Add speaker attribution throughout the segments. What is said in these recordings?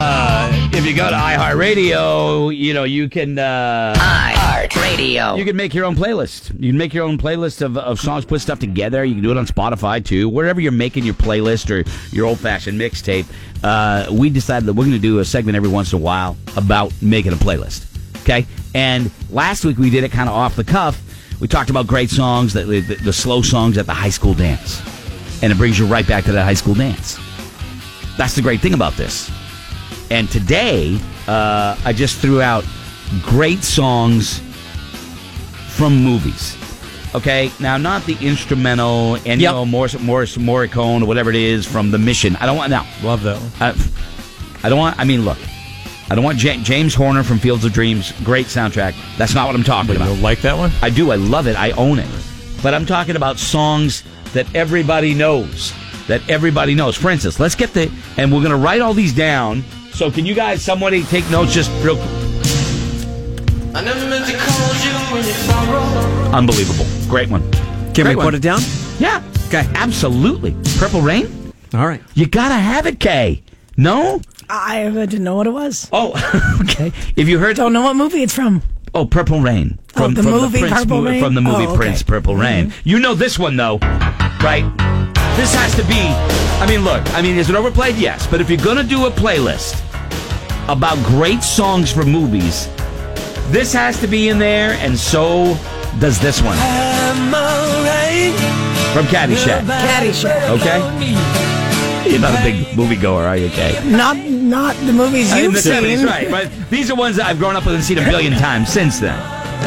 Speaker 1: Uh, if you go to iHeartRadio, you know, you can uh,
Speaker 2: iHeartRadio.
Speaker 1: you can make your own playlist. You can make your own playlist of, of songs, put stuff together. You can do it on Spotify too. Wherever you're making your playlist or your old fashioned mixtape, uh, we decided that we're going to do a segment every once in a while about making a playlist. Okay? And last week we did it kind of off the cuff. We talked about great songs, the, the, the slow songs at the high school dance. And it brings you right back to that high school dance. That's the great thing about this. And today, uh, I just threw out great songs from movies. Okay, now not the instrumental and you
Speaker 3: Yep.
Speaker 1: know Morris, Morris Morricone or whatever it is from The Mission. I don't want now.
Speaker 3: Love that one.
Speaker 1: I, I don't want. I mean, look, I don't want Ja- James Horner from Fields of Dreams. Great soundtrack. That's not what I'm talking
Speaker 3: You
Speaker 1: about.
Speaker 3: don't like that one?
Speaker 1: I do. I love it. I own it. But I'm talking about songs that everybody knows. That everybody knows. For instance, let's get the and we're gonna write all these down. So can you guys, somebody, take notes? Just real
Speaker 4: I never meant to call you when you borrow.
Speaker 1: unbelievable. Great one.
Speaker 3: Can
Speaker 1: Great
Speaker 3: we
Speaker 1: one.
Speaker 3: put it down?
Speaker 1: Yeah.
Speaker 3: Okay.
Speaker 1: Absolutely. Purple Rain.
Speaker 3: All right.
Speaker 1: You gotta have it, Kay. No.
Speaker 5: I didn't know what it was.
Speaker 1: Oh, okay. If you heard,
Speaker 5: Don't know what movie it's from.
Speaker 1: oh, Purple Rain
Speaker 5: Oh, the movie
Speaker 1: Prince
Speaker 5: Purple
Speaker 1: mo-
Speaker 5: Rain?
Speaker 1: from the movie
Speaker 5: Oh, okay.
Speaker 1: Prince Purple Rain. You know this one though, right? This has to be. I mean, look. I mean, is it overplayed? Yes, but if you're gonna do a playlist about great songs from movies, this has to be in there, and so does this one from Caddyshack.
Speaker 5: Caddyshack.
Speaker 1: Okay. You're not a big moviegoer, are you, Kay?
Speaker 5: Not not the movies
Speaker 1: in
Speaker 5: you've
Speaker 1: the
Speaker 5: seen.
Speaker 1: 70s, right, right. These are ones that I've grown up with and seen a billion times since then.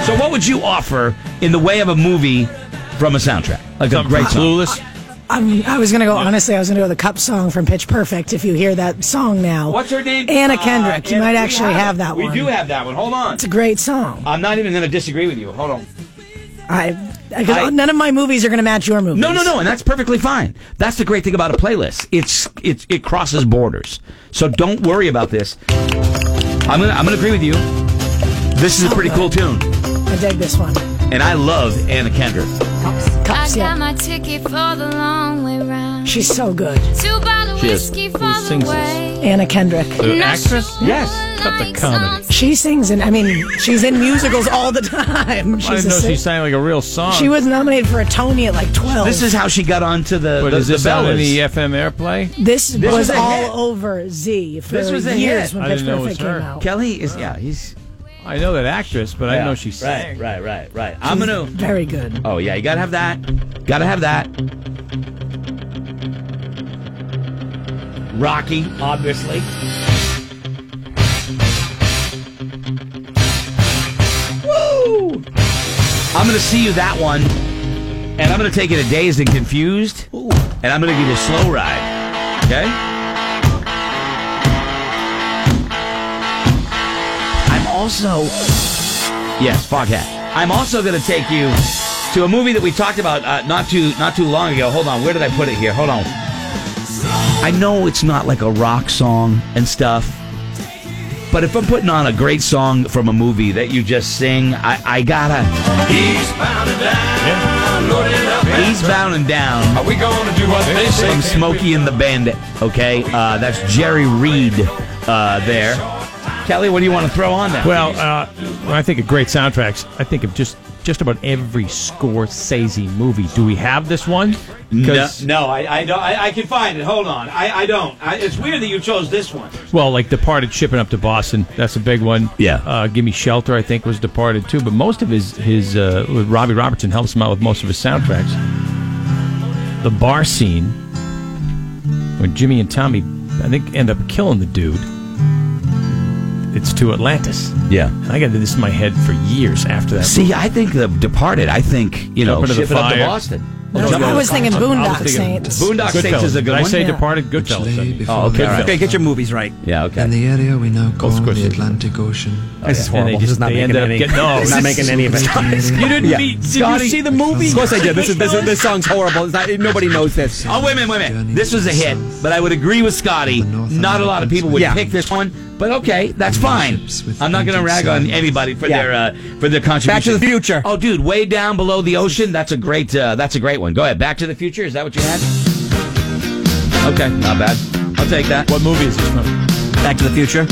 Speaker 1: So what would you offer in the way of a movie from a soundtrack? Like a
Speaker 3: Something
Speaker 1: great
Speaker 3: from
Speaker 1: song.
Speaker 3: Uh, Clueless.
Speaker 5: I'm, I was gonna go honestly. I was gonna go the Cup song from Pitch Perfect. If you hear that song now,
Speaker 1: What's her name?
Speaker 5: Anna
Speaker 1: Uh,
Speaker 5: Kendrick. you
Speaker 1: Anna-
Speaker 5: might
Speaker 1: we
Speaker 5: actually
Speaker 1: it.
Speaker 5: have, that
Speaker 1: we
Speaker 5: one.
Speaker 1: do have that one. Hold on.
Speaker 5: It's a great song.
Speaker 1: I'm not even going to disagree with you. Hold on.
Speaker 5: I because
Speaker 1: I-
Speaker 5: none of my movies are gonna match your movies.
Speaker 1: No, no, no, and that's perfectly fine. That's the great thing about a playlist. It's it's it crosses borders. So don't worry about this. I'm gonna I'm gonna agree with you. This is a pretty cool tune,
Speaker 5: I dig this one.
Speaker 1: and I love Anna Kendrick.
Speaker 6: I
Speaker 5: Cups,
Speaker 6: got
Speaker 5: yeah.
Speaker 6: my ticket for the long way round.
Speaker 5: She's so good.
Speaker 6: Two bottle
Speaker 1: She is.
Speaker 6: whiskey for
Speaker 3: Who
Speaker 6: the
Speaker 3: sings
Speaker 6: way.
Speaker 5: Anna Kendrick.
Speaker 3: The actress?
Speaker 1: Yes.
Speaker 3: Not the comedy.
Speaker 5: She sings, and I mean, she's in musicals all the time. She's
Speaker 3: I didn't
Speaker 5: a
Speaker 3: know
Speaker 5: sing-
Speaker 3: she sang like a real song.
Speaker 5: She was nominated for a Tony at like 12.
Speaker 1: This is how she got onto the
Speaker 3: But
Speaker 1: the,
Speaker 3: is
Speaker 1: the
Speaker 3: this out
Speaker 1: Bellas.
Speaker 3: in the FM airplay?
Speaker 5: this,
Speaker 1: was
Speaker 5: was
Speaker 1: a
Speaker 5: all
Speaker 1: hit.
Speaker 5: over Z for
Speaker 1: This was a
Speaker 5: years
Speaker 1: hit.
Speaker 5: when
Speaker 3: I
Speaker 5: Pitch
Speaker 3: didn't know it
Speaker 5: Perfect
Speaker 3: was her.
Speaker 5: came out.
Speaker 1: Kelly is yeah he's
Speaker 3: I know that actress, but I
Speaker 1: yeah,
Speaker 3: didn't know she sang.
Speaker 1: right right right right I'm
Speaker 5: She's
Speaker 1: gonna
Speaker 5: very good.
Speaker 1: oh yeah you gotta have that gotta have that Rocky obviously Woo! I'm gonna see you that one and I'm gonna take it a dazed and confused and I'm gonna give you a slow ride okay I'm also Yes, Foghat. I'm also going to take you to a movie that we talked about uh, not too not too long ago. Hold on, where did I put it here? Hold on. I know it's not like a rock song and stuff, but if I'm putting on a great song from a movie that you just sing, I, I gotta.
Speaker 4: He's bound and down,
Speaker 3: Yeah.
Speaker 4: loaded up.
Speaker 1: He's bound and down.
Speaker 4: Are we gonna do what they say?
Speaker 1: from Smokey and the Bandit. Okay, uh, that's Jerry Reed uh, there. Kelly, what do you want to throw on there?
Speaker 3: Well, uh, when I think of great soundtracks, I think of just just about every Scorsese movie. Do we have this one?
Speaker 1: no,
Speaker 3: 'Cause-
Speaker 1: no, I, I don't. I, I can find it. Hold on, I, I don't. I, it's weird that you chose this one.
Speaker 3: Well, like Departed, shipping up to Boston. That's a big one.
Speaker 1: Yeah.
Speaker 3: Uh, Give Me Shelter, I think, was Departed too. But most of his his uh, Robbie Robertson helps him out with most of his soundtracks. The bar scene when Jimmy and Tommy, I think, end up killing the dude. It's to Atlantis.
Speaker 1: Yeah.
Speaker 3: And I got this in my head for years after that.
Speaker 1: See, I think the Departed. I think you know,
Speaker 3: Jump into the
Speaker 1: shipping up to
Speaker 3: fire.
Speaker 1: Boston.
Speaker 5: No,
Speaker 1: Jump
Speaker 5: I
Speaker 1: into
Speaker 5: was
Speaker 1: the
Speaker 5: thinking
Speaker 1: fire.
Speaker 3: I
Speaker 5: Boondock
Speaker 3: was thinking-
Speaker 5: Saints.
Speaker 1: Boondock Saints is a good
Speaker 3: Did I
Speaker 1: one.
Speaker 3: say
Speaker 5: Yeah.
Speaker 3: Departed? Goodfellas. I mean.
Speaker 1: Oh, okay. all
Speaker 7: Okay,
Speaker 1: right.
Speaker 7: get your movies right.
Speaker 1: Yeah,
Speaker 8: In
Speaker 1: okay.
Speaker 8: the area we now call
Speaker 3: Scorsese.
Speaker 8: the Atlantic Ocean.
Speaker 7: This is
Speaker 3: And they
Speaker 7: horrible.
Speaker 3: just-
Speaker 7: this is not
Speaker 3: they
Speaker 7: making
Speaker 3: end up
Speaker 7: any.
Speaker 3: getting- no,
Speaker 7: it's not making any of it.
Speaker 3: You didn't
Speaker 7: Yeah.
Speaker 3: meet. Did
Speaker 1: Scotty-
Speaker 3: you see the movie?
Speaker 8: Of
Speaker 7: Of course I did. This is this, is, this song's horrible. It's not, nobody knows this.
Speaker 1: Oh wait a minute, wait a minute. This was a hit, but I would agree with Scotty. Not a lot of people would
Speaker 7: Yeah.
Speaker 1: pick this one, but okay, that's fine. I'm not going to rag on anybody for
Speaker 7: Yeah.
Speaker 1: their uh, for their contribution.
Speaker 7: Back to the Future.
Speaker 1: Oh, dude, way down below the ocean. That's a great. Uh, that's a great one. Go ahead. Back to the Future. Is that what you had? Okay, not bad. I'll take that.
Speaker 3: What movie is this from?
Speaker 2: Back to the Future.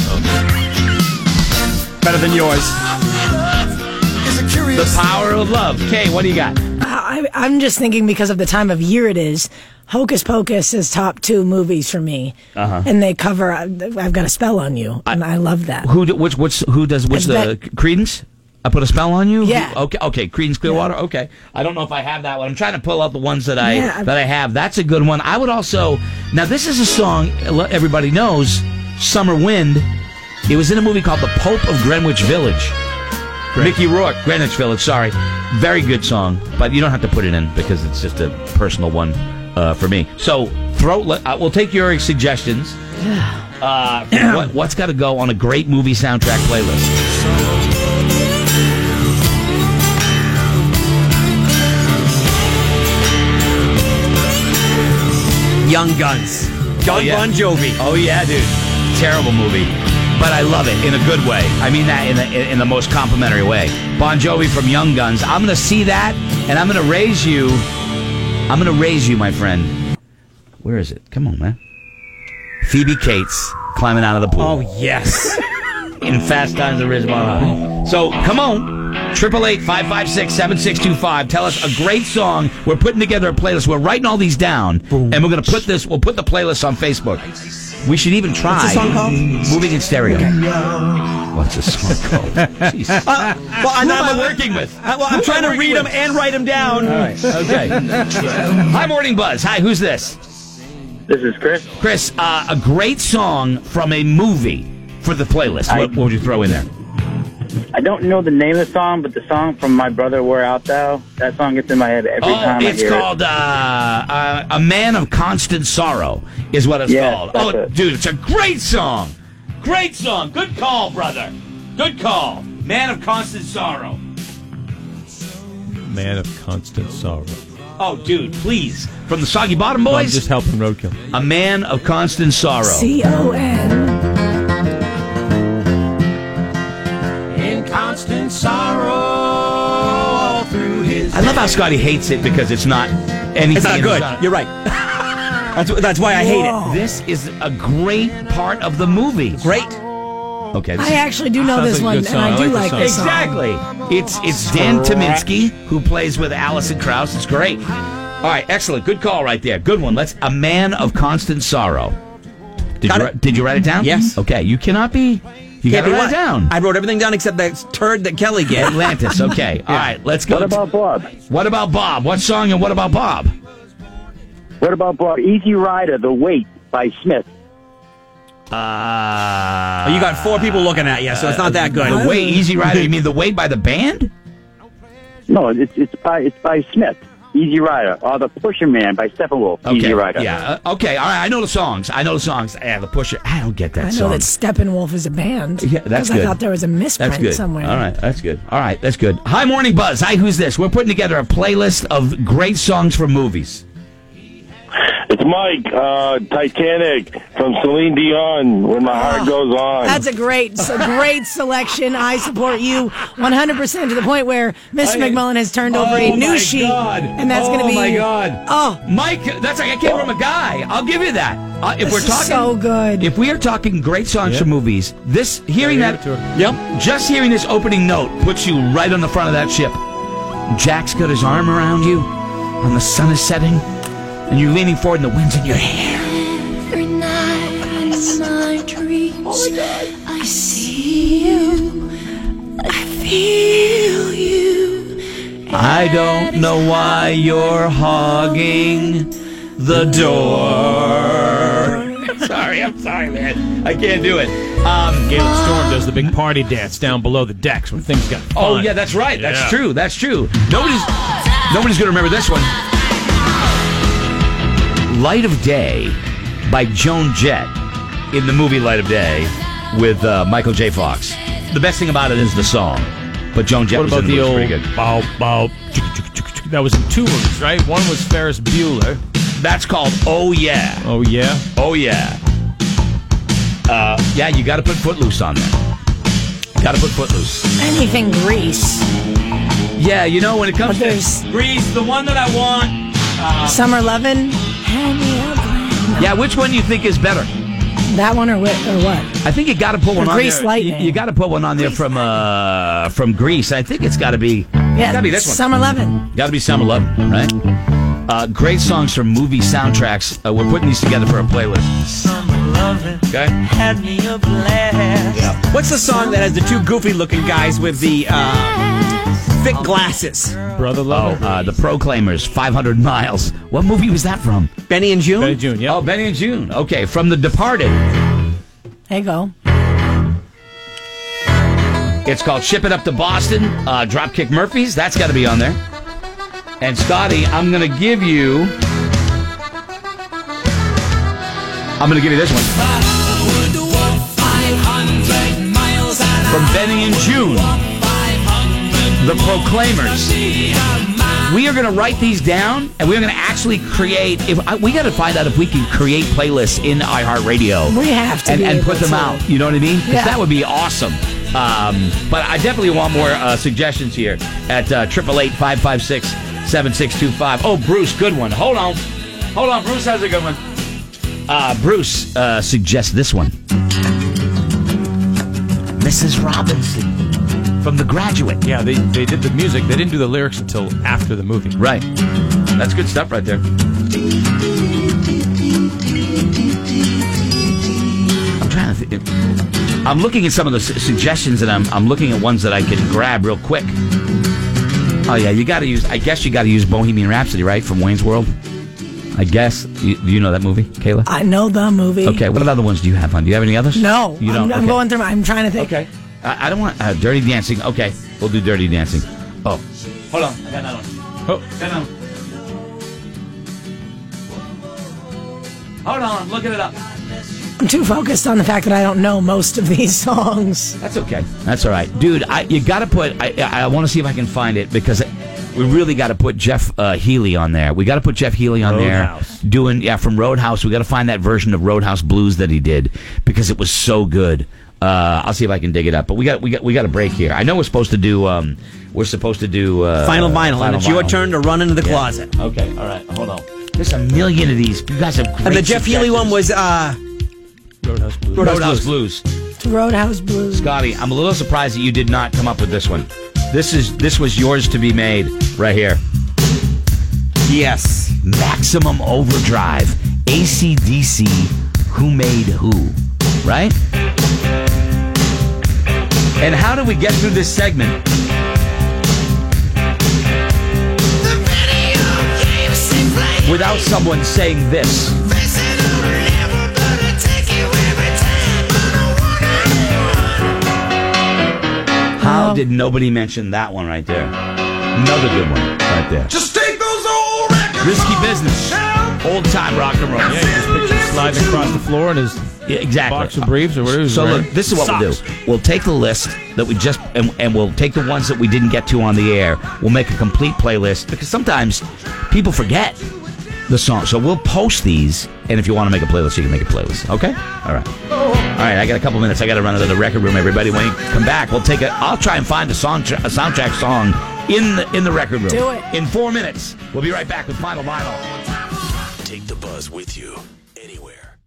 Speaker 7: Better than yours.
Speaker 1: The power of love. Kay, what do you got?
Speaker 5: I, I'm just thinking because of the time of year it is. Hocus Pocus is top two movies for me, uh-huh. and they cover uh, "I've Got a Spell on You," and I love that.
Speaker 1: Who? do- Which? What's? Who does? Which? The
Speaker 5: Bet-
Speaker 1: Credence? I put a spell on you.
Speaker 5: Yeah.
Speaker 1: Who- Okay. Okay. Credence Clearwater. Okay. I don't know if I have that one. I'm trying to pull out the ones that I
Speaker 5: Yeah.
Speaker 1: that I have. That's a good one. I would also. Now this is a song everybody knows. Summer Wind. It was in a movie called The Pope of Greenwich Village. Mickey Rourke, Greenwich Village. Sorry, very good song, but you don't have to put it in because it's just a personal one uh, for me. So, throw. Let, uh, we'll take your suggestions. Uh, for what, what's got to go on a great movie soundtrack playlist?
Speaker 2: Young Guns.
Speaker 7: John
Speaker 1: yeah.
Speaker 7: Bon Jovi.
Speaker 1: Oh yeah, dude, terrible movie, but I love it in a good way. I mean that in the, in the most complimentary way. Bon Jovi from Young Guns. I'm gonna see that, and I'm gonna raise you. I'm gonna raise you, my friend. Where is it? Come on, man. Phoebe Cates climbing out of the pool.
Speaker 7: Oh yes.
Speaker 1: in Fast Times at Ridgemont High. Uh, So come on, triple eight five five six seven six two five. Tell us a great song. We're putting together a playlist. We're writing all these down, and we're gonna put this. We'll put the playlist on Facebook. We should even try
Speaker 7: the song called?
Speaker 1: moving in stereo. What's this song called? Jeez.
Speaker 7: Uh, well, I'm,
Speaker 1: Who am
Speaker 7: I'm,
Speaker 1: I working with?
Speaker 7: I, well, I'm trying to read them and write them down.
Speaker 1: Okay. Hi, Morning Buzz. Hi, who's this?
Speaker 9: This is Chris.
Speaker 1: Chris, uh, a great song from a movie for the playlist. What, what would you throw in there?
Speaker 9: I don't know the name of the song, but the song from my brother "We're Out Thou" that song gets in my head every
Speaker 1: Oh,
Speaker 9: time I
Speaker 1: it's
Speaker 9: hear
Speaker 1: called uh, uh, "A Man of Constant Sorrow" is what it's
Speaker 9: Yeah,
Speaker 1: called.
Speaker 9: that's
Speaker 1: Oh,
Speaker 9: it.
Speaker 1: dude, it's a great song. Great song. Good call, brother. Good call. Man of Constant Sorrow.
Speaker 3: Man of constant sorrow.
Speaker 1: Oh, dude, please. From the Soggy Bottom
Speaker 3: No, I'm
Speaker 1: Boys,
Speaker 3: just helping Roadkill.
Speaker 1: "A Man of Constant Sorrow."
Speaker 5: C O N.
Speaker 3: In constant sorrow through his.
Speaker 1: I love how Scotty hates it because it's not anything.
Speaker 7: It's not good. You're right. That's wh- that's why I hate it.
Speaker 1: This is a great part of the movie.
Speaker 7: Great.
Speaker 1: Okay. this
Speaker 5: I actually do know
Speaker 3: Sounds
Speaker 5: this
Speaker 3: like a
Speaker 5: one,
Speaker 3: good
Speaker 5: and I
Speaker 3: song.
Speaker 5: do
Speaker 3: I like
Speaker 5: like,
Speaker 3: the
Speaker 5: this song.
Speaker 1: Exactly. It's it's Dan Tominski who plays with Allison Krauss. It's great. All right, excellent. Good call right there. Good one. Let's a man of constant sorrow. Did
Speaker 7: Got
Speaker 1: you
Speaker 7: it.
Speaker 1: wri- did you write it down?
Speaker 7: Yes.
Speaker 1: Okay. You cannot be. You
Speaker 7: Can't
Speaker 1: gotta
Speaker 7: be
Speaker 1: write
Speaker 7: what?
Speaker 1: it down.
Speaker 7: I wrote everything down except that turd that Kelly gave.
Speaker 1: Atlantis. Okay. All right. Let's go.
Speaker 9: it. What about Bob?
Speaker 1: what about Bob? What song and what about Bob?
Speaker 9: What about Bob? Easy Rider, "The Wait" by Smith.
Speaker 1: Uh,
Speaker 7: you got four people looking at you, so it's not that good.
Speaker 1: the way Easy Rider. You mean the way by the band?
Speaker 9: No, it's it's by it's by Smith. Easy Rider, or "The Pusher Man" by Steppenwolf.
Speaker 1: Okay.
Speaker 9: Easy Rider.
Speaker 1: Yeah. uh, okay. All right. I know the songs. I know the songs. I have a pusher. I don't get that
Speaker 5: I know
Speaker 1: song.
Speaker 5: that Steppenwolf is a band.
Speaker 1: Yeah, that's
Speaker 5: 'cause
Speaker 1: good.
Speaker 5: I thought there was a misprint
Speaker 1: That's good.
Speaker 5: somewhere.
Speaker 1: All right, that's good. All right, that's good. Hi, Morning Buzz. Hi, who's this? We're putting together a playlist of great songs from movies.
Speaker 10: It's Mike, uh, Titanic from Celine Dion, When My Heart Goes On.
Speaker 5: That's a great, s- great selection. I support you 100% to the point where Mr. McMullen has turned over a new sheet. And that's going to be.
Speaker 1: Oh, my God.
Speaker 5: Oh,
Speaker 1: Mike, that's like I came from a guy. I'll give you that. Uh, if
Speaker 5: This
Speaker 1: we're
Speaker 5: is
Speaker 1: talking,
Speaker 5: so good.
Speaker 1: If we are talking great songs
Speaker 3: Yeah.
Speaker 1: from movies, this hearing
Speaker 3: Yeah,
Speaker 1: that,
Speaker 3: yeah,
Speaker 1: yep, just hearing this opening note puts you right on the front of that ship. Jack's got his arm around you, and the sun is setting, and you're leaning forward, and the wind's in your hair.
Speaker 6: Every night in my dreams, I see you. I feel you.
Speaker 1: I don't know why you're hogging the door. sorry, I'm sorry, man. I can't do it. Um,
Speaker 3: Galen Storm does the big party dance down below the decks when things got fun.
Speaker 1: oh yeah, that's right. That's
Speaker 3: Yeah.
Speaker 1: true. That's true. Nobody's nobody's gonna remember this one. Light of Day by Joan Jett in the movie Light of Day with uh, Michael J. Fox. The best thing about it is the song, but Joan Jett
Speaker 3: What
Speaker 1: was
Speaker 3: about
Speaker 1: in the,
Speaker 3: the
Speaker 1: movie.
Speaker 3: old
Speaker 1: Pretty good.
Speaker 3: bow bow? chicka, chicka, chicka, chicka? That was in two movies, right? One was Ferris Bueller.
Speaker 1: That's called Oh Yeah.
Speaker 3: Oh yeah,
Speaker 1: Oh yeah. Uh, yeah, you got to put Footloose on there. Got to put Footloose.
Speaker 5: anything Grease.
Speaker 1: Yeah, you know when it comes
Speaker 5: But there's
Speaker 1: to Grease, the one that I want.
Speaker 5: Summer Lovin'. Hand me a glass.
Speaker 1: Yeah, which one do you think is better?
Speaker 5: That one or what? Or what?
Speaker 1: I think you got to put one on
Speaker 5: Grease
Speaker 1: there.
Speaker 5: Lightning.
Speaker 1: You, got to put one on there from uh from Greece. I think it's got to be
Speaker 5: Yeah,
Speaker 1: got to be this one.
Speaker 5: Summer Levin.
Speaker 1: Got to be Summer Love, right? Uh, great songs from movie soundtracks. Uh, we're putting these together for a playlist. Okay.
Speaker 7: What's the song that has the two goofy looking guys with the uh, thick glasses?
Speaker 3: Brother
Speaker 1: Oh,
Speaker 3: Love.
Speaker 1: uh, the Proclaimers, 500 Miles. What movie was that from?
Speaker 7: Benny and June?
Speaker 3: Betty June, yeah.
Speaker 1: Oh, Benny and June. Okay, from The Departed.
Speaker 5: There you go.
Speaker 1: It's called Ship It Up to Boston. Uh, Dropkick Murphys. That's got to be on there. And Scotty, I'm going to give you. I'm going to give you this one. From Benny and June. The Proclaimers. We are going to write these down, and we're going to actually create. If I, we got to find out if we can create playlists in iHeartRadio,
Speaker 5: We have to
Speaker 1: and,
Speaker 5: be
Speaker 1: and
Speaker 5: able
Speaker 1: put them
Speaker 5: to.
Speaker 1: out. You know what I mean? 'Cause
Speaker 5: Yeah.
Speaker 1: that would be awesome. Um, but I definitely want more uh, suggestions here at uh, triple eight five five six seven six two five. Oh, Bruce, good one. Hold on, hold on. Bruce has a good one. Uh, Bruce uh, suggests this one. Mrs. Robinson from The Graduate.
Speaker 3: Yeah, they, they did the music. They didn't do the lyrics until after the movie.
Speaker 1: Right. That's good stuff right there. I'm trying to think. I'm looking at some of the su- suggestions, and I'm I'm looking at ones that I can grab real quick. Oh yeah, you got to use. I guess you got to use Bohemian Rhapsody, right, from Wayne's World. I guess you, you know that movie, Kayla.
Speaker 5: I know the movie.
Speaker 1: Okay, what other ones do you have on? Do you have any others?
Speaker 5: No,
Speaker 1: you
Speaker 5: I'm,
Speaker 1: don't.
Speaker 5: I'm
Speaker 1: Okay.
Speaker 5: going through. My, I'm trying to think.
Speaker 1: Okay. I, I don't want uh, Dirty Dancing. Okay, we'll do Dirty Dancing. Oh, hold on. I got another one.
Speaker 3: Oh.
Speaker 1: got another one. Hold on, I'm looking it up.
Speaker 5: I'm too focused on the fact that I don't know most of these songs.
Speaker 1: That's okay. That's all right, dude. I you got to put. I I, I want to see if I can find it because. we really got to put Jeff uh, Healy on there. We got to put Jeff Healy on
Speaker 3: Roadhouse.
Speaker 1: there, doing yeah from Roadhouse. We got to find that version of Roadhouse Blues that he did because it was so good. Uh, I'll see if I can dig it up. But we got we got we got a break here. I know we're supposed to do um, we're supposed to do uh,
Speaker 7: Final vinyl, and it's your turn to run into the closet.
Speaker 1: Okay, all right, hold on. There's a million of these. You guys have great
Speaker 7: And the Jeff Healy
Speaker 1: suggestions.
Speaker 7: one was uh,
Speaker 3: Roadhouse Blues.
Speaker 7: Roadhouse
Speaker 1: Roadhouse Blues.
Speaker 5: It's Roadhouse Blues.
Speaker 1: Scotty, I'm a little surprised that you did not come up with this one. This is this was yours to be made right here.
Speaker 7: yes.
Speaker 1: Maximum Overdrive, ACDC, Who Made Who, right? And how do we get through this segment? Without someone saying this. How did nobody mention that one right there? Another good one right there.
Speaker 8: Just take those old records.
Speaker 1: Risky business. Old time rock and roll.
Speaker 3: Yeah, you just picture him sliding across the floor in his
Speaker 1: Yeah, exactly.
Speaker 3: boxer briefs or whatever.
Speaker 1: So look, this is what we'll do. We'll take the list that we just and, and we'll take the ones that we didn't get to on the air. We'll make a complete playlist because sometimes people forget the song. So we'll post these, and if you want to make a playlist, you can make a playlist. Okay? All right. All right. I got a couple minutes. I got to run into the record room. Everybody, when you come back, we'll take a. I'll try and find a song, a soundtrack song in the in the record room.
Speaker 5: Do it.
Speaker 1: in four minutes. We'll be right back with final vinyl.
Speaker 2: Take the buzz with you anywhere.